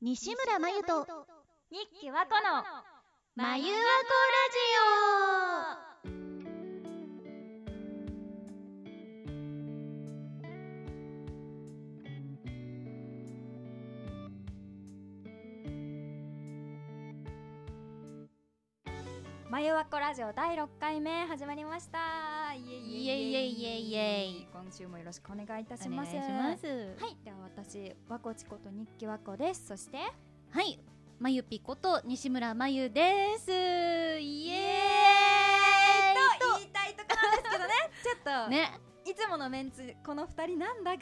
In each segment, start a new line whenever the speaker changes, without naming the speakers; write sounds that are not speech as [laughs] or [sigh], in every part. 西村真由と
日記はこの
真由和子ラジ
まゆわこラジオ第六回目始まりましたイエイエイエイ
イエイエイエイエイ
今週もよろしくお願いいた
オ
します
お願いします
はいでは私わこちこと日記わこですそして
はいまゆぴこと西村真由ですイエーイ
と言いたいとこなんですけどね [laughs] ちょっと
ね
いつものメンツこの二人なんだが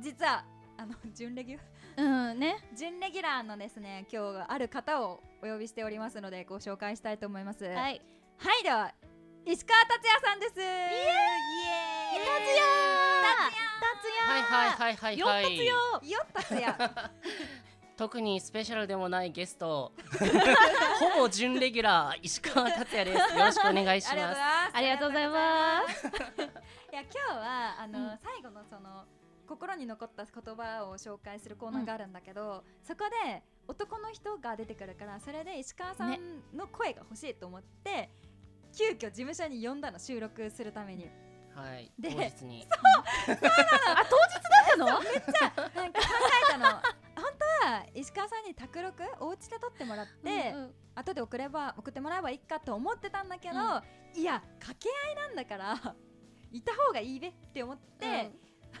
実はあの準レギュ
うんね
準レギュラーのですね今日ある方をお呼びしておりますのでご紹介したいと思いますはい、
い
では石川達也さんですイエーイ
達也
はいはいはいはいはい。
達也よっ達也
特にスペシャルでもないゲスト、ほぼ準レギュラー石川達也です。よろしくお願いし
ありがとうござい
ます。
ます
ありがとうございます
いや今日はあの、
うん
最後のその心に残った言葉を紹介するコーナーがあるんだけど、そこで男の人が出てくるからそれで石川さん
ね
の声が欲しいと思って、急遽事務所に呼んだの収録するために
はい。
で
当日に。
すの
なんか考えたの [laughs] 本当は石川さんに卓録お家で撮ってもらって、後で送れば送ってもらえばいいかと思ってたんだけど、いや掛け合いなんだから [laughs] いた方がいいべって思って、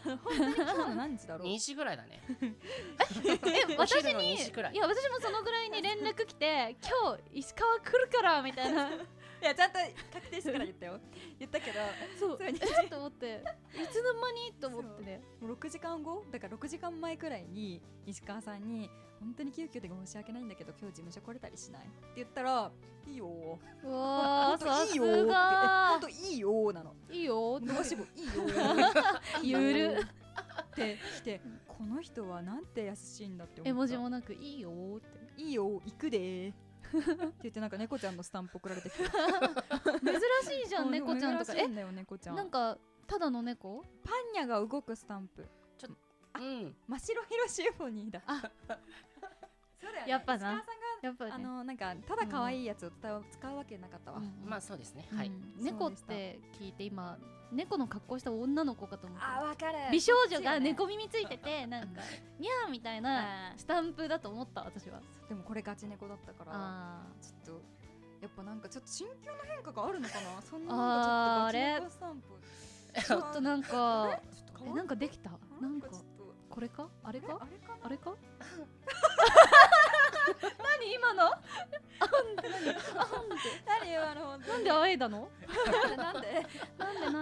本当に今日の何時だろう
2時ぐらいだね。
[laughs]
[laughs] え私
お昼の
に
2時くらい
や私もそのぐらいに連絡来 [laughs] て今日石川来るからみたいな
いやちゃんと確定してから言ったよ言ったけど
[laughs] そう
そうね
えっと思っていつの間にと思ってね
もう6時間後だから6時間前くらいに石川さんに「本当に急遽で申し訳ないんだけど今日事務所来れたりしない?」って言ったら「いいよー
うわ
本
ー
当
さ
いい
す
よーってえ本
が
当いいよーなの
いいよー
どうしもいいよー [laughs]
ゆる
って来てこの人はなんて優しいんだって思った
絵文字もなくいいよーって [laughs]
いいよー行くでーって言ってなんか猫ちゃんのスタンプ送られてきて
珍しいじゃん猫ちゃんとか
え
え
んだよ猫ちゃん
なんかただの猫
パンニャが動くスタンプ
うん。
真白ヒロシーフォニーだ
あ
そうだよ
やっぱな
石川さんが
やっぱ
あ
ね
のなんかただ可愛いやつを使う使うわけなかったわ、
うん
まあそうですね。はい。
そうでした
猫って聞いて今猫の格好した女の子かと思った
あわかる
美少女が猫耳ついててなんかにゃーみたいな
あ
スタンプだと思った私は
ーでもこれガチ猫だったから
あ
ちょっとやっぱなんかちょっと心境の変化があるのか
[laughs]
なそんな
あー
なんかちょっとガチ猫スタンプ
ー [laughs] ちょっとなん
あ [laughs]
か
れちょっと変
え
わ
なんかできた
な
なんん
か
か
ちょっと
これかあれ
あれ
か
あれかな
あれ
[laughs]
か [laughs] 何今のあんであんで
何よあの
なんであえだの
な
な
んで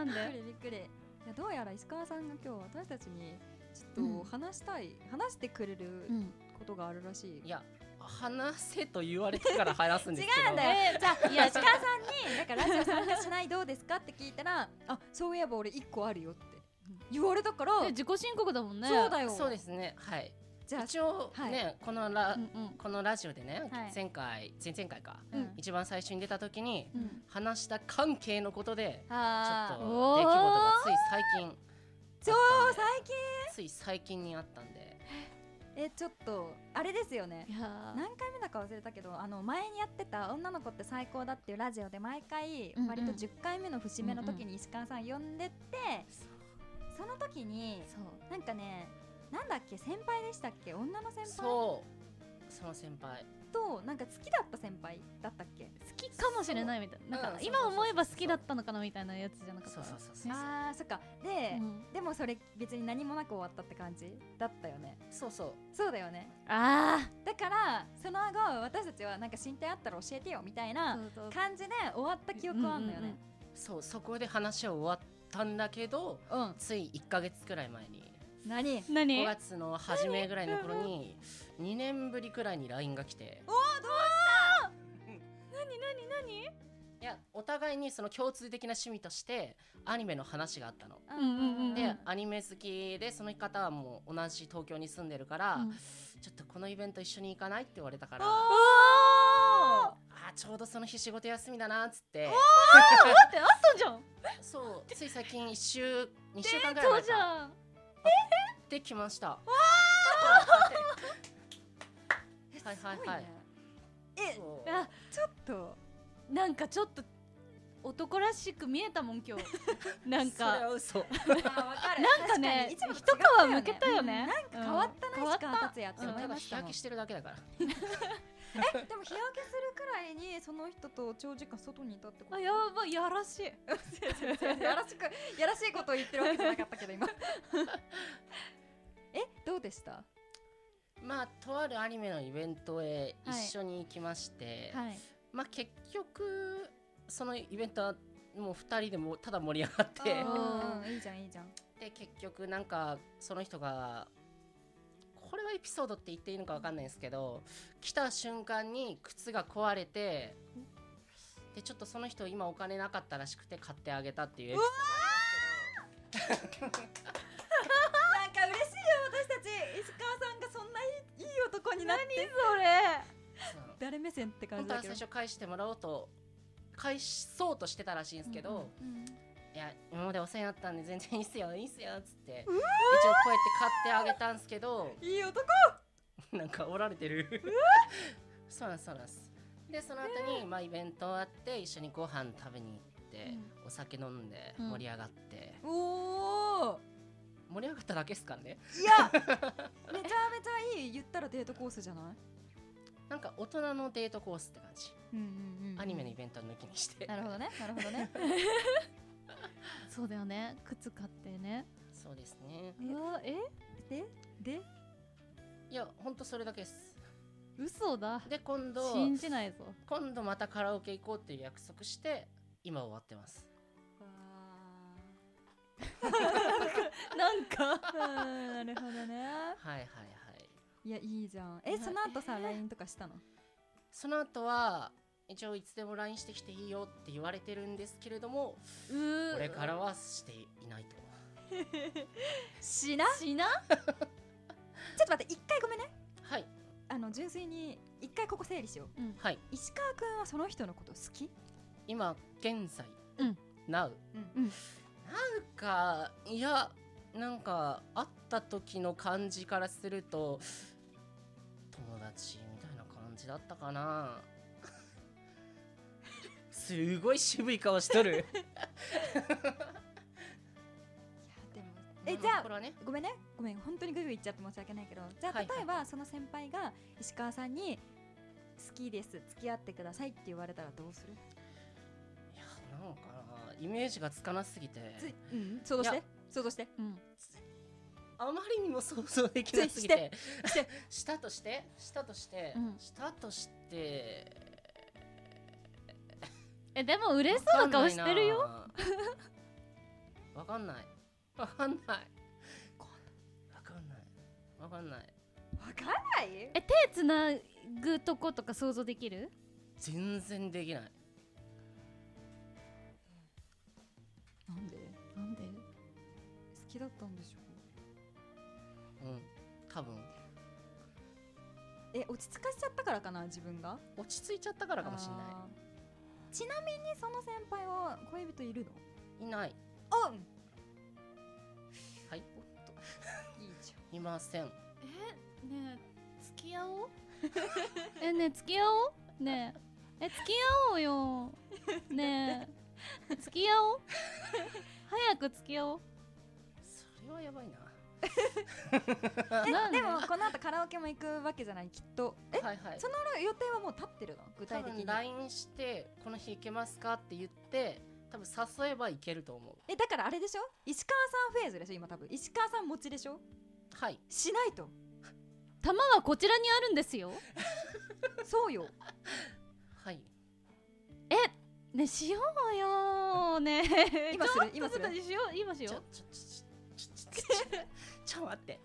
んでなん
びっ
で
く [laughs] りびっくりいやどうやら石川さんが今日私たちにち
うん
ょっと話したい、話してくれる
うん
ことがあるらしい、
いや、話せと言われてから話すんですけど。
違うんだよ
えーじゃあい
いや
や
[laughs] 石川さんになんか [laughs] ラジオ参加しないどうですかって聞いたらあそういえば俺一個あるよって言われたから、
え自己申告だもんね
そうだよ
そうですね。はい。
じゃあ
一応
はい
ね、このラ
うんうん
このラジオでね
はい、
前回前々回か、
うん
一番最初に出た時に
うん
話した関係のことで。ちょっと出来事が
あー
つい最近
超最近
つい最近にあったんで
えちょっとあれですよね
いやー
何回目だか忘れたけどあの前にやってた「女の子って最高だ」っていうラジオで毎回
うんうん
割と10回目の節目の時に石川さん呼んでって、その時に
そう
なんかねなんだっけ先輩でしたっけ女の先輩
そうその先輩
となんか好きだった先輩だったっけ
好きかもしれないみたいななん
うん
か
そうそう
今思えば好きだったのかなみたいなやつじゃなかっ
そ
た
うそうそうそう
あーそっかで、
うん
でもそれ別に何もなく終わったって感じだったよね
そうそう
そうだよね
あ
だからその後私たちはなんか進展あったら教えてよみたい
あ
な感じで終わった記憶はあんのよね
そうそこで話は終わったんだけど
うん
つい1か月くらい前に
何
何
5月の初めぐらいの頃に2年ぶりくらいに LINE が来て
何
いやお互いにその共通的な趣味としてアニメの話があったの。
うんうんうん
で、アニメ好きでその方はもう同じ東京に住んでるから、
うん
ちょっとこのイベント一緒に行かないって言われたからあ
お
ーちょうどその日仕事休みだなっつって
待ってあったじゃん
そうつい最近1週2週間ぐらい
そう
前
じ
か
ゃん
できましたはいはい
すごい
はい
ね。
そ
え
う
あ
ちょっと
なんかちょっと男らしく見えたもん今
[laughs]
日なん
そ
か
れは嘘。
あ分か
な
る
んかね
確にいつも
一
と違
皮
うよね
むけたよね
うんなんか変わった
うん
な石川達也って
でも
思
ただ
いま
日
した
焼
もん
けしてるだけだから。
えでも日焼けするくらいにその人と長時間外にいたってこと
あやばいやらしい
[laughs] やらしくやらしいことを言ってるわけじゃなかったけ [laughs] ど今えどうでした
まあとあるアニメのイベントへ
はい
一緒に行きまして、
はい
まあ結局そのイベントはもう二人でもただ盛り上がって
あ
うんうんいいじゃんいいじゃん
で結局なんかその人がこれはエピソードって言っていいのかわかんないんですけど来た瞬間に靴が壊れてでちょっとその人今お金なかったらしくて買ってあげたっていうエピソー
なんか嬉しいよ私たち石川さんがそんないいいい男になって
それ
ドなんですけど
誰目線って感
本
じ
当
だ
は
け
最
ど
初返してもらおうと返そうとしてたらしいんですけど、
うんう
いや今までお世話になったんで全然いいっすよいいっすよっつって一応こうやって買ってあげたんですけど
いい男
[laughs] なんか折られてるそうなんですそうなんですでその後にまあイベントあって一緒にご飯食べに行って、お酒飲んで
うん
盛り上がって、
おお
盛り上がっただけですからね
いやめちゃめちゃいい言ったらデートコースじゃない
なんか大人のデートコースって感じ、
うんうんうん
アニメのイベントを抜きにして
なるほどねなるほど [laughs] ね
そうだよね靴買ってね
そうですね
うわえ
でで
いやほんとそれだけです
嘘だ
で今度
信じないぞ
今度またカラオケ行こうっていう約束して今終わってます
なんか
なるほどね
はいはいはい
いやいいじゃんえ
はい
その後さ LINE とかしたの
その後は一応いつでも LINE してきていいよって言われてるんですけれども
うー
これからはしていないと
しな
しな
ちょっと待って一回ごめんね
はい
あの純粋に一回ここ整理しよう
はい
石川くんはその人のこと好き
今現在、
うん
Now
うん
かいやなんか会った時の感じからすると友達みたいな感じだったかなすごい渋い顔しとる
でもえじ
まこ
ゃあ
れはね
ごめんねごめん本当にグイグイ言っちゃって申し訳ないけどじゃあ
はいはい
例えばその先輩が石川さんに好きです付き合ってくださいって言われたらどうする
いやなんかなイメージがつかなすぎて
ついうん想像し
い
て
や
想像して
うん
あまりにも想像できなすぎて [laughs] したとしてしたとして、
うん
したとして
えでも嬉しそうな顔
わかん
し
な
てるよ
いなわかんないわかんないわかんないわかんない
わかんない
え手つなぐとことか想像できる
全然できない
なんで好
なんで
きだったんでしょう
うん多分
え落ち着かしちゃったからかな自分が
落ち着いちゃったからかもしれ
あ
な
ーちなみにその先輩は恋人いるの
いいない
あ
はい
いいじゃん
いません
えねえ付き合 [laughs] おうえねえ付き合おうねええ付き合おうよね [laughs] え付き合おう早く付き合おう
それはやばいな
なん
でもこの後カラオケも行くわけじゃないきっとえ
はいはい
その予定はもう立ってるの具
多
体的
分
に
LINE して「この日行けますか?」って言って多分誘えば行けると思う
えだからあれでしょ石川さんフェーズでしょ今多分石川さん持ちでしょ
はい
しないと
玉はこちらにあるんですよ
そうよ
はい
ねしようよねえ
[laughs] 今する今す
ちょ
る
っとしよう今し
ち
よ
ょ
う
ちょちょちょちょちょちょちょ待って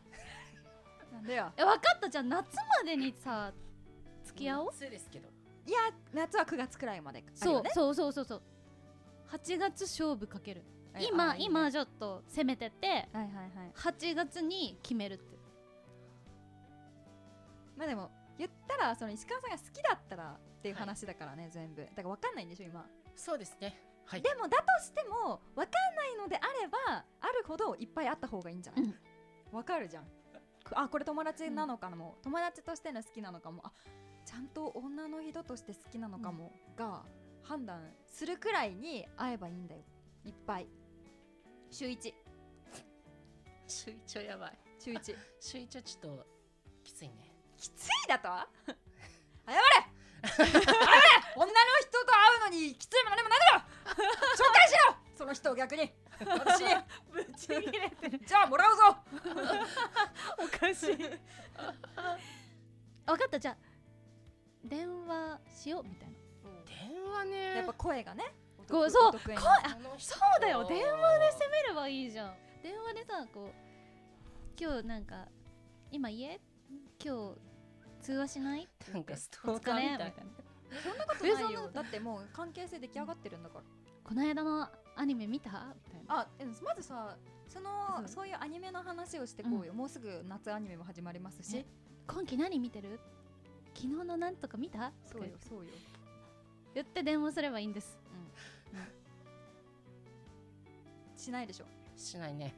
なんだよ
え分かったじゃあ夏までにさ付き合おう
そうですけど
いや夏は9月くらいまである
そう
よね
そうそうそうそう8月勝負かける
えあ
今
いいね
今ちょっと攻めてて
はいはいはい
8月に決めるって
まあでも言ったらその石川さんが好きだったらっていう話だからね、全部だから分かんないんでしょ今
そうですねはい
でもだとしても分かんないのであればあるほどいっぱいあった方がいいんじゃない、
うん
わかるじゃんあこれ友達なのかも、友達としての好きなのかもあちゃんと女の人として好きなのかも、が判断するくらいに会えばいいんだよいっぱい週1
週一はやばい
週1
[laughs]
週一はちょっときついね
きついだと謝れ謝れ女の人と会うのにきついも何もないだろ
[laughs]
紹介しろその人を逆に私に
ぶち切れてる
じゃあもらうぞ
おかしい分かったじゃあ電話しようみたいな
電話ね
やっぱ声がね
こ
お
うそう
お得
声
意な
あ
そう
だよ電
話で
攻めればいいじゃん電話でさこう今日なんか今家今日通話しない
なんかスト
お
ーカ
疲
ー
れ
み
み
た
た
い
い
な
な
そんなことないよだってもう関係性出来上がってるんだから
この間のアニメ見たみたいな
あえまずさその
そう
そういうアニメの話をしてこうよ、もうすぐ夏アニメも始まりますし
ね今期何見てる昨日のなんとか見た
そうよそうよ
言って電話すればいいんです
しないでしょ
しないね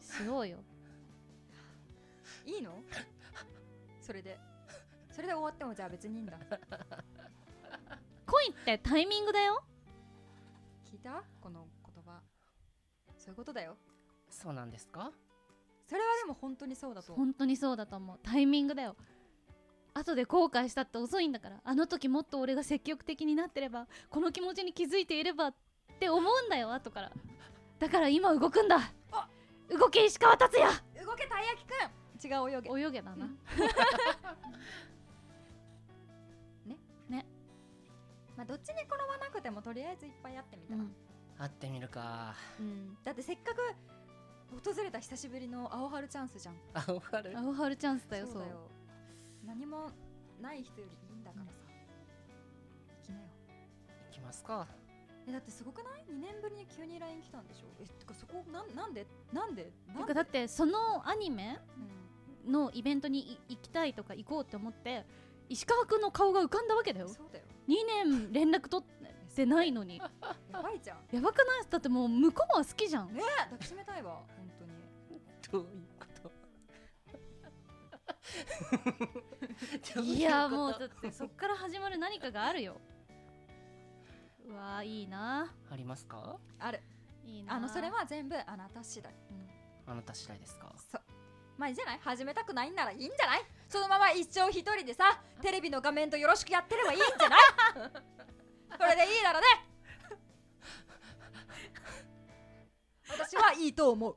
しようよ [laughs]
いい [laughs] のそれでそれで終わってもじゃあ別にいいんだ
恋ってタイミングだよ
聞いたこの言葉そういうことだよ
そうなんですか
それはでも本当にそうだと思う
本当にそうだと思うタイミングだよ後で後悔したって遅いんだからあの時もっと俺が積極的になってればこの気持ちに気づいていればって思うんだよ後からだから今動くんだ
あ
動け石川達也
動けたい焼きくん違う泳げ
泳げだな、
まあどっちに転ばなくてもとりあえずいっぱい会ってみたら、
会ってみるか
うんだってせっかく訪れた久しぶりの青春チャンスじゃん
あ終わる
アオハルチャンスだよそう
何もない人よりいいんだからさ、行きなよ
行きますか
えだってすごくない2年ぶりに急に LINE 来たんでしょえてかそこなんなんでなんでな
て
ん
か
で
だってそのアニメ
うん
のイベントにい行きたいとか行こうって思って石川くんの顔が浮かんだわけだよ
そうだよ
2年連絡取ってないの [laughs] に
やばいじゃん
やばくないだってもう向こうは好きじゃん
ね抱きしめたいわ本当に
どういうこ
[laughs]
と
いやもう
ど
だってそっから始まる何かがあるようわーいいな
ありますか
ある
いいな
あのそれは全部あなた次第
あなた次第ですか
そうまあいいじゃない始めたくないんならいいんじゃないそのまま一生一人でさテレビの画面とよろしくやってればいいんじゃない [laughs] これでいいならね私はいいと思う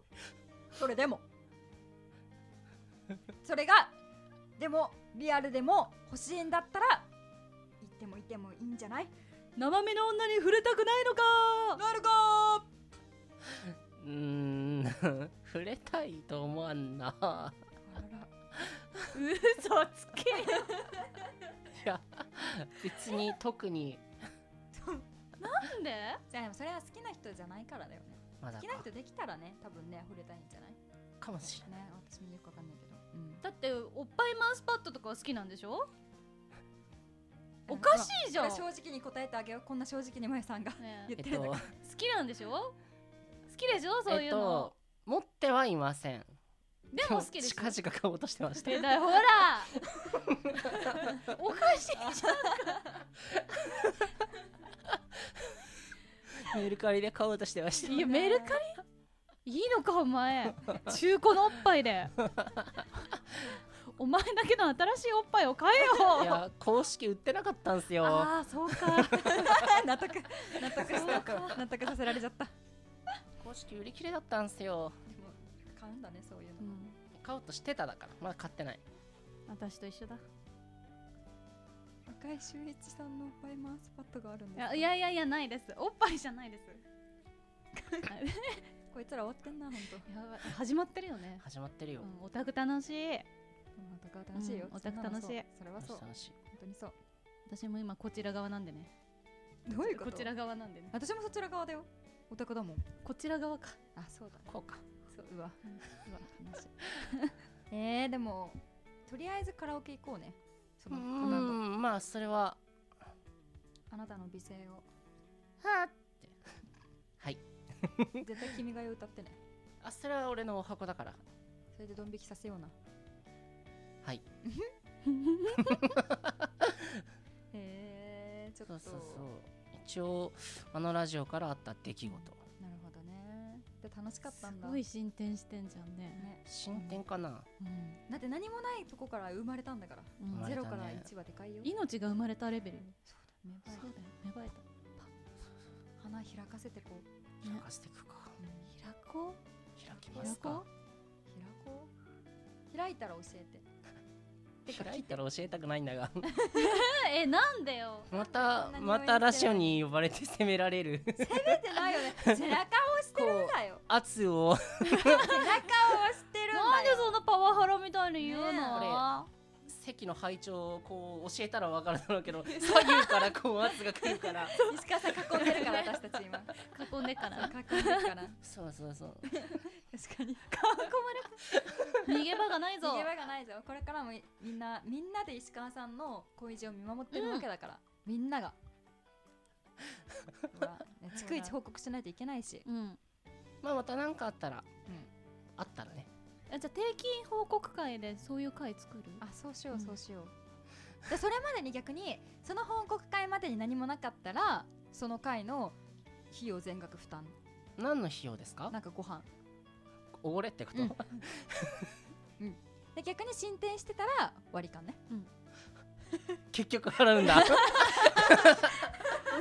それでもそれがでもリアルでも欲しいんだったら言ってもいてもいいんじゃない
生身の女に触れたくないのか
なるか
うーん触れたいと思わんな
嘘つ [laughs] け
いや別に特に
なんで
じゃあそれは好きな人じゃないからだよね
まだ
好
か
きな人できたらね多分ね触れたいんじゃない
かもしれない
ね私もよくわかんないけど、
だっておっぱいマウスパッドとかは好きなんでしょおかしいじゃん、
これ正直に答えてあげようこんな正直にまゆさんが
ね
言
え
え
って
っ
る
と
の
好きなんでしょ好きでしょそう
え
い
っ
うの
と、持ってはいません
でも好きでしょ
近々買おうとしてました
えだほら [laughs] おかしいじゃん
メルカリで買おうとしてました
いやメルカリいいのかお前中古のおっぱいでお前だけの新しいおっぱいを買えよ
いや公式売ってなかったんすよ
ああそうか
[laughs] 納得納得し
そう
た
か
納得させられちゃったで
公式売り切れだったんすよ
も買うんだねそういうの、
うん
買おうとしてただからまだ買ってない
私と一緒だ
赤井秀一さんのバイマウスパッドがあるん
い
です
やいやいやいやないですおっぱいじゃないです [laughs] や
こいつら終わってんな本当
ばい始まってるよね、
始まってるよ、
うん、オタク楽しい
本当か楽しいよ、
うんオタク
そんなのそう
楽しい
それはそう本
楽しい
当にそう
私も今こちら側なんでね
どういうこ
ことちら側なんでね
私もそちら側だよオタクだもん
こちら側か
あそうだ
こうか
そううわうわ
[laughs]
悲しいえー、でもとりあえずカラオケ行こうねそうのこの後
んまあそれは
あなたの美声を
はってはい
絶対君が代を歌ってね
あそれは俺のお箱だから
それでドン引きさせような
はい
へえちょっ
そうそ
と
うそう一応あのラジオからあった出来事
なるほどねで楽しかったんだ
すごい進展してんじゃんね。
ね
進展かな、
うん
だって何もないとこから生まれたんだから
うん
生まれ
ゼロ
たね
から一はでかいよ
命が生まれたレベル。
そうだ
そ
芽
う
生
だよ、芽生
え
え
た花開かせてこう
ね
開かせていくか
た。開こ
開き
う
ます
開
か
こ
開こう開いたら教えててか
開いたら教えたくないんだが
うえ、なんでよ。
ま
こ
た
んなに応
ま
援してる
たラジオに呼ばれて責められ
[laughs]
る
出てないよ
[laughs]
ね背中を押してるんだよ
圧を
背中を押してるんだよ
なんでそんなパワハラみたいに言うの、
ねえ
こ席の配置をこう教えたら分かるだろう
[laughs]
けど左右からこう圧が来るから
石川さん囲んでるから私たち今
囲んでから。
囲んで
[laughs]
るから
そうそうそう
確かに
逃げ場がないぞ。
逃げ場がないぞこれからもいみんなみんなで石川さんの恋路を見守ってるわけだから、みん [laughs] ながほらね逐一報告しないといけないし、
うん。
まあまた何かあったら、あったらね
えじゃあ定期報告会でそういう会作る
あそうしよ
う
うんそうしよう、でそれまでに逆にその報告会までに何もなかったらその会の費用全額負担
何の費用ですか
なんかご飯
おごれってこと、
うんで逆に進展してたら割り勘ね
[laughs] 結局払うん
[laughs]
だ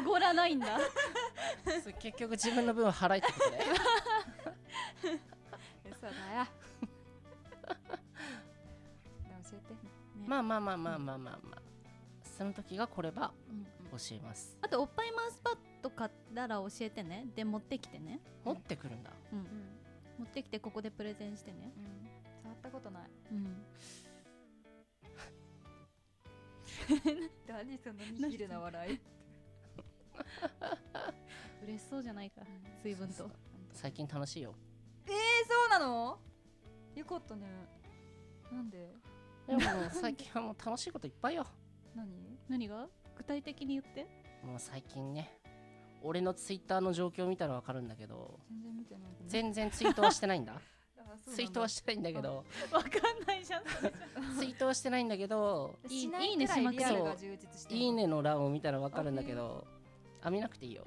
おごら [laughs] ないんだ
そう結局自分の分を払いって
[laughs]
ことね
嘘だ [laughs] よ教えて
まあまあまあまあまあまあまあその時が来れば
うん
教えます
あとおっぱいマウスパッド買ったら教えてねで持ってきてね
持ってくるんだ
うん
うん、
持ってきてここでプレゼンしてね
うん、触ったことない
うん
何そのニヒルな笑い
嬉しそうじゃないか随分
そう
と
そう最近楽しいよ
えそうなのよかったねなんで
でももう最近はもう楽しいこといっぱいよ
何
何が具体的に言って
もう最近ね俺のツイッターの状況見たらわかるんだけど
全然見てないごめん
全然ツイートはして [laughs] ないんだ
あそうなんだ
ツイートはしてないんだけど
[laughs] わかんないじゃん
ツイートはしてないんだけど
しない
い
い
いね
ねし
しま
まく
く
リ
る
アルが充実してる
いいねの欄を見たらわかるんだけどあ見なくていいよ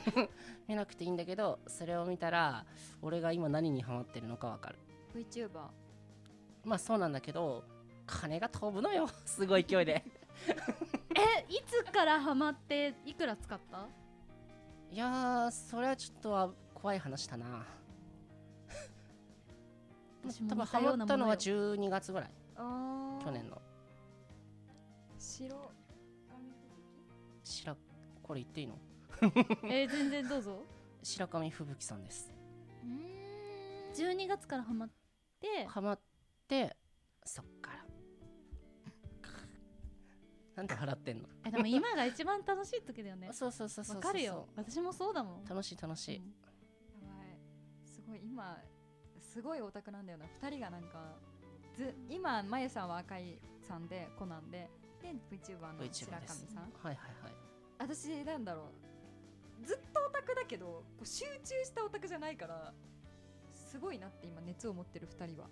[laughs] 見なくていいんだけどそれを見たら俺が今何にハマってるのかわかる
VTuber
まあそうなんだけど金が飛ぶのよ [laughs] すごい勢いで
えいつからハマっていくら使った
いやーそれはちょっとは怖い話だな
私も
[laughs] 多分
似た
ハ
よう
マ
なも
ったの
の
は
よ
12月ぐらい
あー
去年の
白
白これ言っていいの
えー全然どうぞ
白神吹雪さんです
うーん
12月からハマって
[laughs] ハマってそっから [laughs] なんで笑ってんの
えでも今が一番楽しい時だよね
そうそうそうそうそう
わかるよ私もそうだもん
楽しい楽しい、
うん
やばいすごい今すごいオタクなんだよな二人がなんかず今まゆさんは赤いさんでコナンでで VTuber の
VTuber です
白神さん
はいはいはい
私なんだろうずっとオタクだけどこう集中したオタクじゃないからすごいなって今熱を持ってる二人は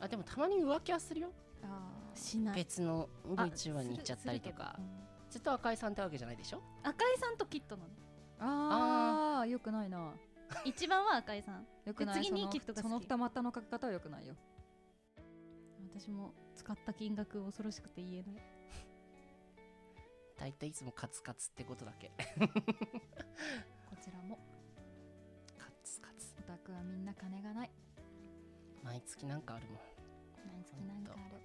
あでもたまに浮気はするよ
あ
しない
別の
あ
VTuber に行っちゃったりとか
するする
ずっと赤井さんってわけじゃないでしょ
けど赤井さんとキットなの
あーよくないな
一番は赤井さん
よくない
で次に
その
キットが好き
その二股のかけ方はよくないよ
私も使った金額恐ろしくて言えない
大体いつもカツカツってことだけ
こちらも
カツカツ
オタクはみんな金がない
毎月なんかあるもん
毎月なんかある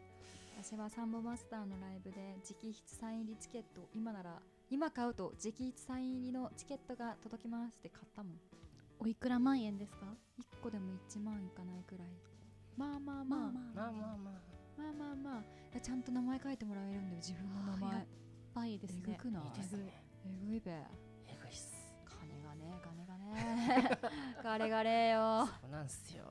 私はサンボマスターのライブで直筆サイン入りチケット今なら今買うと直筆サイン入りのチケットが届きますって買ったもん
おいくら万円ですか
一個でも1万いかないくらいまあまあま
まあ
あまあ
まあまあま
まあまあ、ちゃんと名前書いてもらえるんだよ自分の名
あー
前
や倍です
えぐ
ね
くない
あいいですね
えぐいべ
えぐいっす
金がね金がね金がねえよ
そうなんすよ、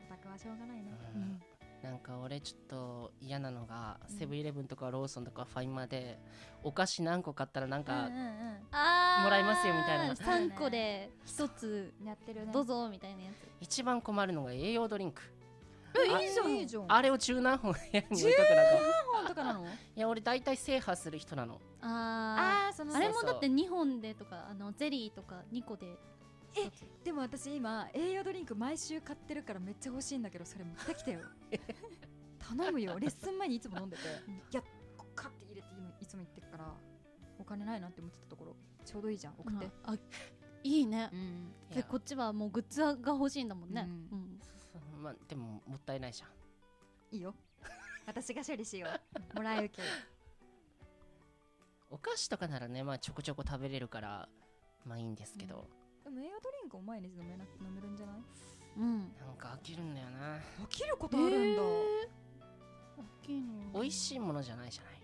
オタクはしょうがないね
う
うんん
なんか俺ちょっと嫌なのが、セブンイレブンとかローソンとかファイマーでお菓子何個買ったらなんか、
うんうん
あー
もらえますよみたいな
三個で一つ
うんやってるね
どうぞみたいなや
一番困るのが栄養ドリンク
つ
いいじゃんいいじゃん
あれを十何本部屋に置いとくなんか
本とかなの
いや俺大体制覇する人なの
あ
あーその
ーあれもだって2本でとかあのゼリーとか2個で
えでも私今栄養ドリンク毎週買ってるからめっちゃ欲しいんだけどそれ持ってきてよ [laughs] 頼むよレッスン前にいつも飲んでて
うん
いやこうカッて入れて今いつも言ってるからお金ないなって思ってたところちょうどいいじゃん送って、
あいいね
うん
い
で
や
こっちはもうグッズが欲しいんだもんね、
う
まあでももったいないじゃん
いいよ [laughs] 私が処理しよ [laughs] うもらい受け
お菓子とかならねまあちょこちょこ食べれるからまあいいんですけど、
でも栄養ドリンクを毎日飲めな飲めるんじゃない
うん、うん、
なんか飽きるんだよな
飽きることあるんだ、
大きいの
美味しいものじゃないじゃない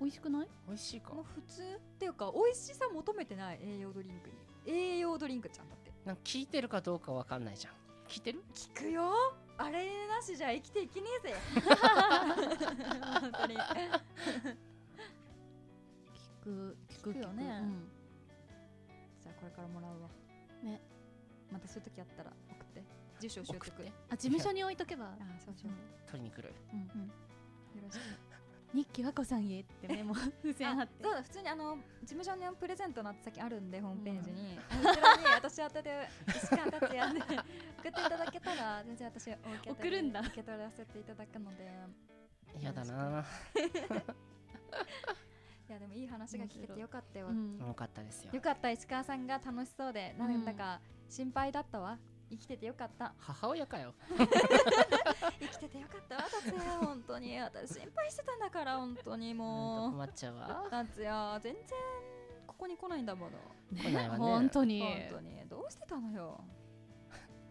美味しくない
美味しいか
もう普通っていうか美味しさ求めてない栄養ドリンクに栄養ドリンクちゃんだって
なんか聞いてるかどうかわかんないじゃん聞いてる
聞くよあれなしじゃ生きていけね
[laughs]
えぜ本当に
聞く聞く
聞くよ
う
ね
ん
じゃあこれからもらうわ
ね
またそういう時あったら送って住所教えて
送
く
っ
れ
て
あ
あ事務所に置いとけば、
あそうし
う
よ
ん
う、
取りに来る
うんうん、
よろしく
日記和子さんへってメモ付箋貼
あ
っ、て
[laughs] そうだ普通にあの事務所のプレゼントの宛先あるんでホームページに、
うん
こちらに私宛てで石川達也で送っていただけたら全然私お受け取り
送るんだ
受け取らせていただくので
嫌だない
やでもいい話が聞けてよかったよ、
うん
よかったですよ
よかった石川さんが楽しそうでなんだか心配だったわ生きててよかった
母親かよ
生きててよかったわ達也 [laughs] 本当に私心配してたんだから本当に
ほんと
[laughs] も
困っちゃう
[laughs]
わ
う達也全然ここに来ないんだもの
来ないわね
本当に
本当にどうしてたのよ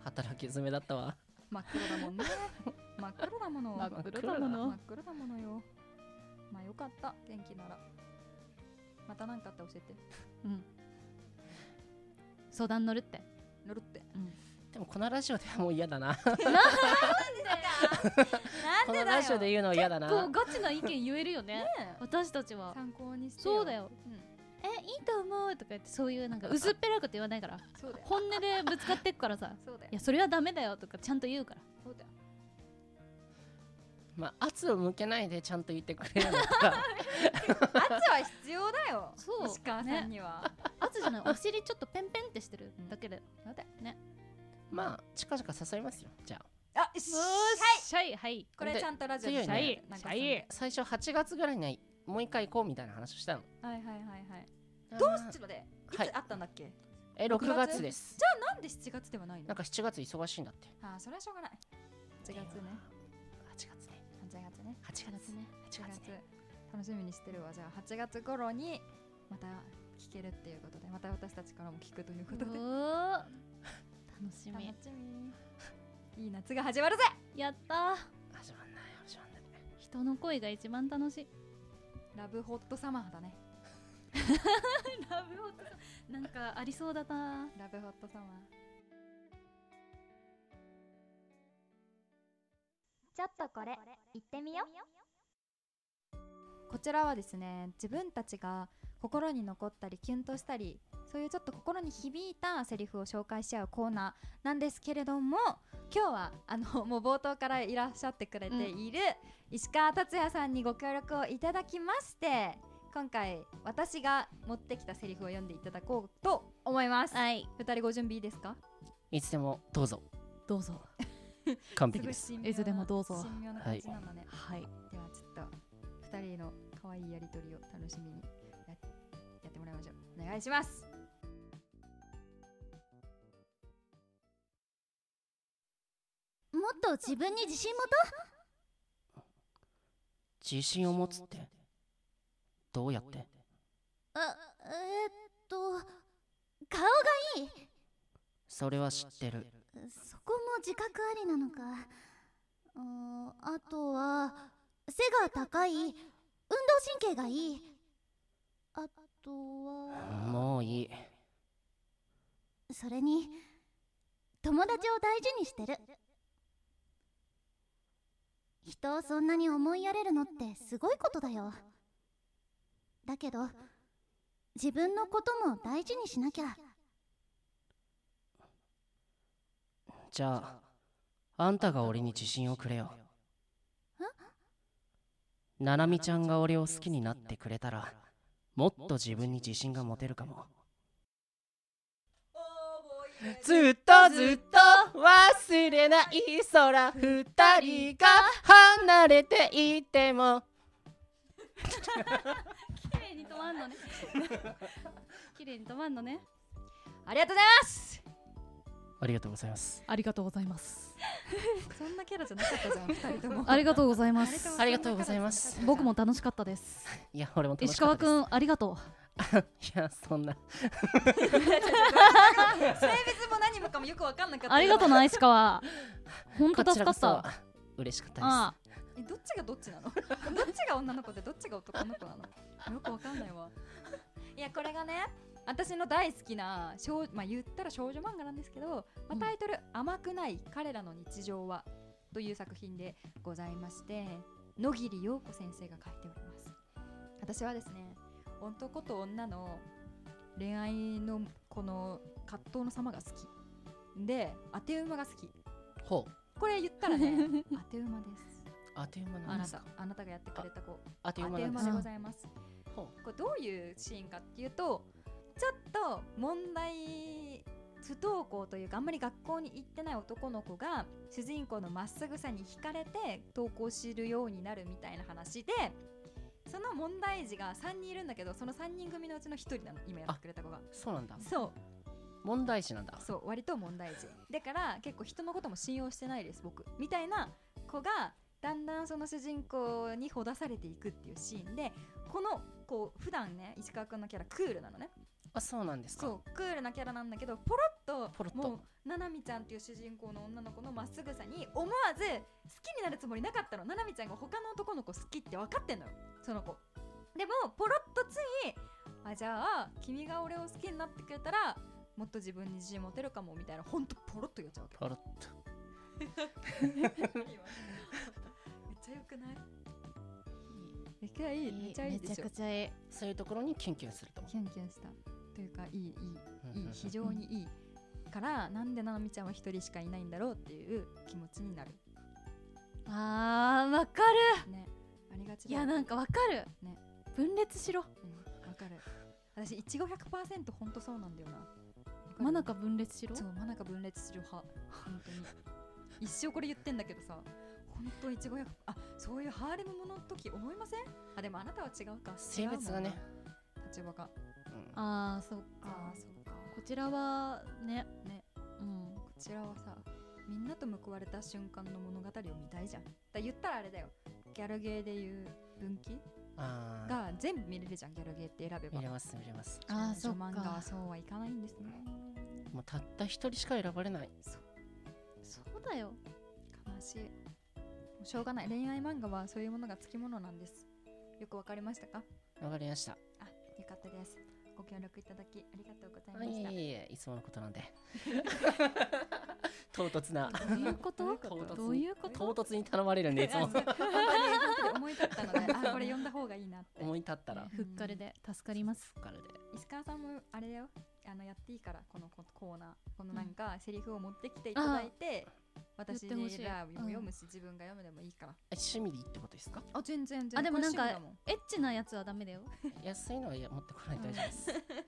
働き詰めだったわ
真っ黒だもん [laughs] ね真っ黒だもの
真っ黒だもの
真っ黒だものよまあよかった元気ならまた何かあったら教えて
うん相談乗るって
乗るって
でもこのラジオではもう嫌だ
[laughs]
な
な
このラジオで
ね
言うの嫌だな
こうガチな意見言えるよ
[laughs]
ね
え
私たちは
参考にして
そうだよ
うん
えいいと思うとか言ってそういうなんか薄っぺらいこと言わないから
そうだよ
本音でぶつかってくからさ
そうだよ
いやそれはダメだよとかちゃんと言うから
そうだよ
まあ圧を向けないでちゃんと言ってくれるの
[laughs]
か
圧は必要だよ
そう
石川さんには、
圧じ [laughs] ゃないお尻ちょっとペンペンってしてるだけで
そうだよ
まあ近々誘いますよじゃあ
あよし
よ
はい
っしゃいはい
これちゃんとラジオで
強いね
喋るなんかその
強い
最初8月ぐらいにはもう一回行こうみたいな話をしたの
はいはいはいはい
ど
どうしちょっと待ってい
はい
つあったんだっけ、
え
六月
6月です
じゃあなんで7月ではないの
なんか7月忙しいんだって
あーそれはしょうがない8月ね
8月ね
8月
8
ね
月
力
ね
ね
8
8
月
月
ね
楽しみにしてるわじゃあ8月頃にまた聞けるっていうことでまた私たちからも聞くということで
う
楽
おー楽しみ
しみいい夏が始まるぜ
やったー
始まんない始まんない
人の恋が一番楽しい
ラブホットサマーだね
ラブホなんかありそうだな
ラブホットサマー
ちょっとこれ行ってみよう
こちらはですね自分たちが心に残ったりキュンとしたりそういうちょっと心に響いたセリフを紹介し合うコーナーなんですけれども今日はあの [laughs] もう冒頭からいらっしゃってくれている石川達也さんにご協力をいただきまして今回私が持ってきたセリフを読んでいただこうと思います。
はい
二人ご準備いいですか？
いつでもどうぞ
どうぞ
完璧です
すごい神妙ない
つでもどうぞ
神妙な感じなんだね。
はい
ではちょっと二人の可愛いやりとりを楽しみにややってもらいましょうお願いします
もっと自分に自信持
自信を持つってどうやって
とあえーっと顔がいい
それは知ってる
そこも自覚ありなのかうーんあとは背が高い運動神経がいいあとは
もういい
それに友達を大事にしてる人をそんなに思いやれるのってすごいことだよだけど自分のことも大事にしなきゃ
じゃああんたが俺に自信をくれよななみちゃんが俺を好きになってくれたらもっと自分に自信が持てるかもずっとずっと忘れない空二人が離れていても
綺麗に止まんの [laughs] ね綺麗に止まんのね
ありがとうございます
ありがとうございます
ありがとうございます
そんなキャラじゃなかったじゃん二人 [laughs] とも
ありがとうございます
ありがとうございます
[laughs] 僕も楽しかったです
いや俺も楽
石
しか
川
った
く
です
んありがと
いやそんな
[laughs] 性別も何もかもよくわかんなかっ
う
た
ありがとうな石川本当
こち
助かった
らこそ
あ
嬉しかったです
あ
えどっちがどっちなの [laughs] どっちが女の子でどっちが男の子なのよくわかんないわ [laughs] いやこれがね私の大好きな少、まあ、言ったら少女漫画なんですけど、まあ、タイトル「甘くない彼らの日常は」という作品でございまして野桐陽子先生が書いております私はですね男と女の恋愛のこの葛藤の様が好きで当て馬が好き
ほう
これ言ったら [laughs] ね当て馬です
あっという間な
あ
ん
な
です
た
か
あなたがやってくれた子
あっという
当
間
て
なんで
馬
す
で
か
ございます。
ほ
これどういうシーンかっていうとちょっと問題不登校というかあんまり学校に行ってない男の子が主人公のまっすぐさに惹かれて登校するようになるみたいな話でその問題児が3人いるんだけどその3人組のうちの1人なの今やってくれた子が
うそうなんだ
そう
問題児なんだ
そう割と問題児だから結構人のことも信用してないです僕みたいな子がだんだんその主人公にほだされていくっていうシーンでこのこう普段ね石川君のキャラクールなのね
あそうなんですか
そうクールなキャラなんだけどポロッと
ポロッと
もうななみちゃんっていう主人公の女の子のまっすぐさに思わず好きになるつもりなかったのななみちゃんが他の男の子好きって分かってんのよその子でもポロッとついあじゃあ君が俺を好きになってくれたらもっと自分に自信持てるかもみたいなほんとポロッと言っちゃうわけ
ポロッと
今 [laughs] めっちゃよくないめっちゃいいめっちゃいいでしょ
ちゃいい
そういうところにキュンキュンすると
キュンキュンしたというかいいいい
うんうん
いい
うん
非常にいいからなんでななみちゃんは一人しかいないんだろうっていう気持ちになる
あーわかる
ねありがち
い
だ
やなんかわかる
ね
分裂しろ
うんわかる私いちご100%ほんとそうなんだよなわかる
真中分裂しろ
そう真中分裂する派本当に一生これ言ってんだけどさ本当いちご100あそういうハーレムもの時思いませんあでもあなたは違うか
性別がね
違うもんな立場が
うん
ああそう
あ
か
あそうか
こちらはね
ね
うん
こちらはさみんなと報われた瞬間の物語を見たいじゃんだ言ったらあれだよギャルゲーでいう分岐
ああ
が全部見れるじゃんギャルゲーって選べば
見れます見れます
あー
少
そ
女
っか
漫画はそうはいかないんですね
もうたった一人しか選ばれない
そうだよ
悲しいもうしょうがない恋愛漫画はそういうものがつきものなんですよくわかりましたか
わかりました
あよかったですご協力いただきありがとうござい
あ
ま
いえ
し
い
た
えいえいつものこと
[laughs]
なんで唐突な
どういうこ
どうい
と
うこと
どういうこ
唐
と
突に頼まれるんでいつ
[laughs] あ
も
そう本当に本当に思い立ったのであこれ読んだ方がいいなって
思い立ったら
ふっかるで助かります
疲れで
石川さんもあれだよあのやっていいからこのこコーナーこのなんかセリフを持ってきていただいて、私で
言ってほしい
ラブ
うん
読むし、自分が読むでもいいから
え趣味でいいってことですか
あ全然全
然あでもなんか
これ趣味だ
エッチなやつはダメだよ
安いのはいや持ってこないと大丈夫です
[laughs]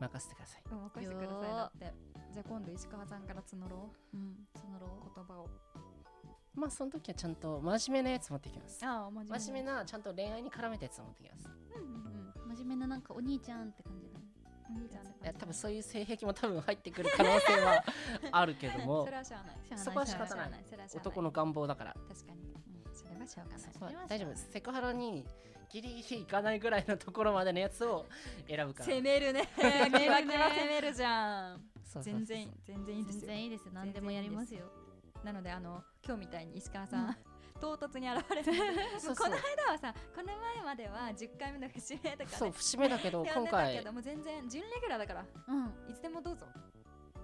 任せてください
もんうん任せてくださいだってじゃあ今度石川さんから募ろう
うんそのろ
言葉を
まあその時はちゃんと真面目なやつ持ってきます
ああ真面目
真面目なちゃんと恋愛に絡めたやつ持ってきます
うんうんうん
真面目ななんかお兄ちゃんって感じだね
お兄ちゃんって
い
感
や
じ
多分そういう性癖も多分入ってくる可能性はあるけど
[laughs] そ
も
れはしゃあない
しゃあない
そこは
し
仕
ゃあ
方ない
しゃあそれはしゃあない
男の願望だから
確かに、うん、それはしょうがない
そこは大丈夫ですセクハラにギリギリいかないぐらいのところまでのやつを選ぶから
攻めるね攻めるね攻めるじゃん
そうそうそう
全然全然いいです
全
よ
然いいですよ何でもやりますよ
なのであの今日みたいに石川さん、 [laughs] 唐突に現れて
[laughs] そう
こ
そう
の間はさこの前までは10回目の節目とか
そう
ね
節目だ
[laughs]
けど
や
今
んでたけ
回
ど
だか
もう全然準レギュラーだからい
うん
つでもどうぞ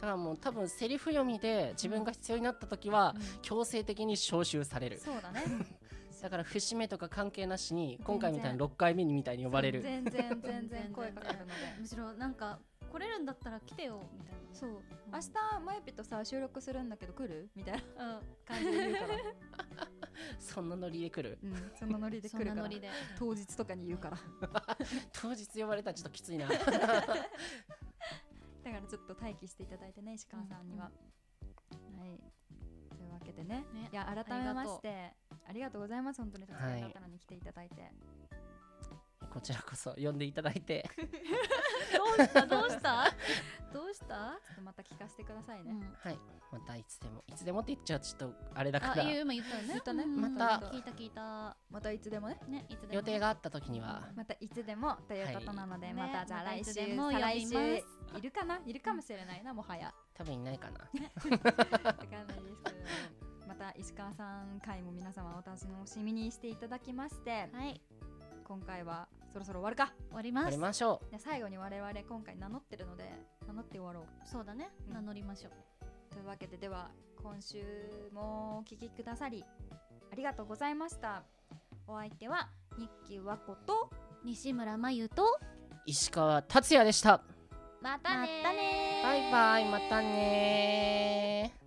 らもう多分セリフ読みで自分が必要になった時は強制的に招集される
そうだね
だから節目とか関係なしに今回みたい
全
に6回目にみたいに呼ばれる [laughs]
全然全
全
然
然
声かかるので
むしろなんか来れるんだったら来てよみたいな
そう
うん
明日マユピとさ収録するんだけど来るみたいな
うん
感じで言
[laughs]
うから、
そんなノリで来る
うん、そのノリで来
そん
る
な
か
ノ
ら
リで
当日とかに言うから
当日呼ばれたらちょっときつ
[laughs]
いな
だからちょっと待機していただいてね石川さんには、はいというわけでね
ね
いや改めましてありがとうございます本当にたくさんの方に来ていただいて、
こちらこそ呼んでいただいて
どうしたどうしたどうした
ちょっとまた聞かせてくださいね、
うん
はいまたいつでもいつでもって言っちゃちょっとあれだ
あ
から
言う今言ったよね
言ったね
うん
また
聞いた聞いた
またいつでもね
ねいつでも
予定があった時には
またいつでもということなので、
はい
また
ね
じゃあ来
また
週、
いつでも
再来
呼
週
びます
いるかないるかもしれないなも
[laughs]
はや
多分いないかな
わかんないですけどまた石川さん回も皆様お楽しみにしていただきまして
はい
今回はそろそろ終わるか
終わりま
やり
す
ましょ
で最後に我々今回名乗ってるので名乗って終わろう
そうだね
うん
名乗りましょう
というわけででは今週もお聞きくださりありがとうございましたお相手は日記和子と
西村真由と
う石川達也でした
ま
またね
バイバイまたねー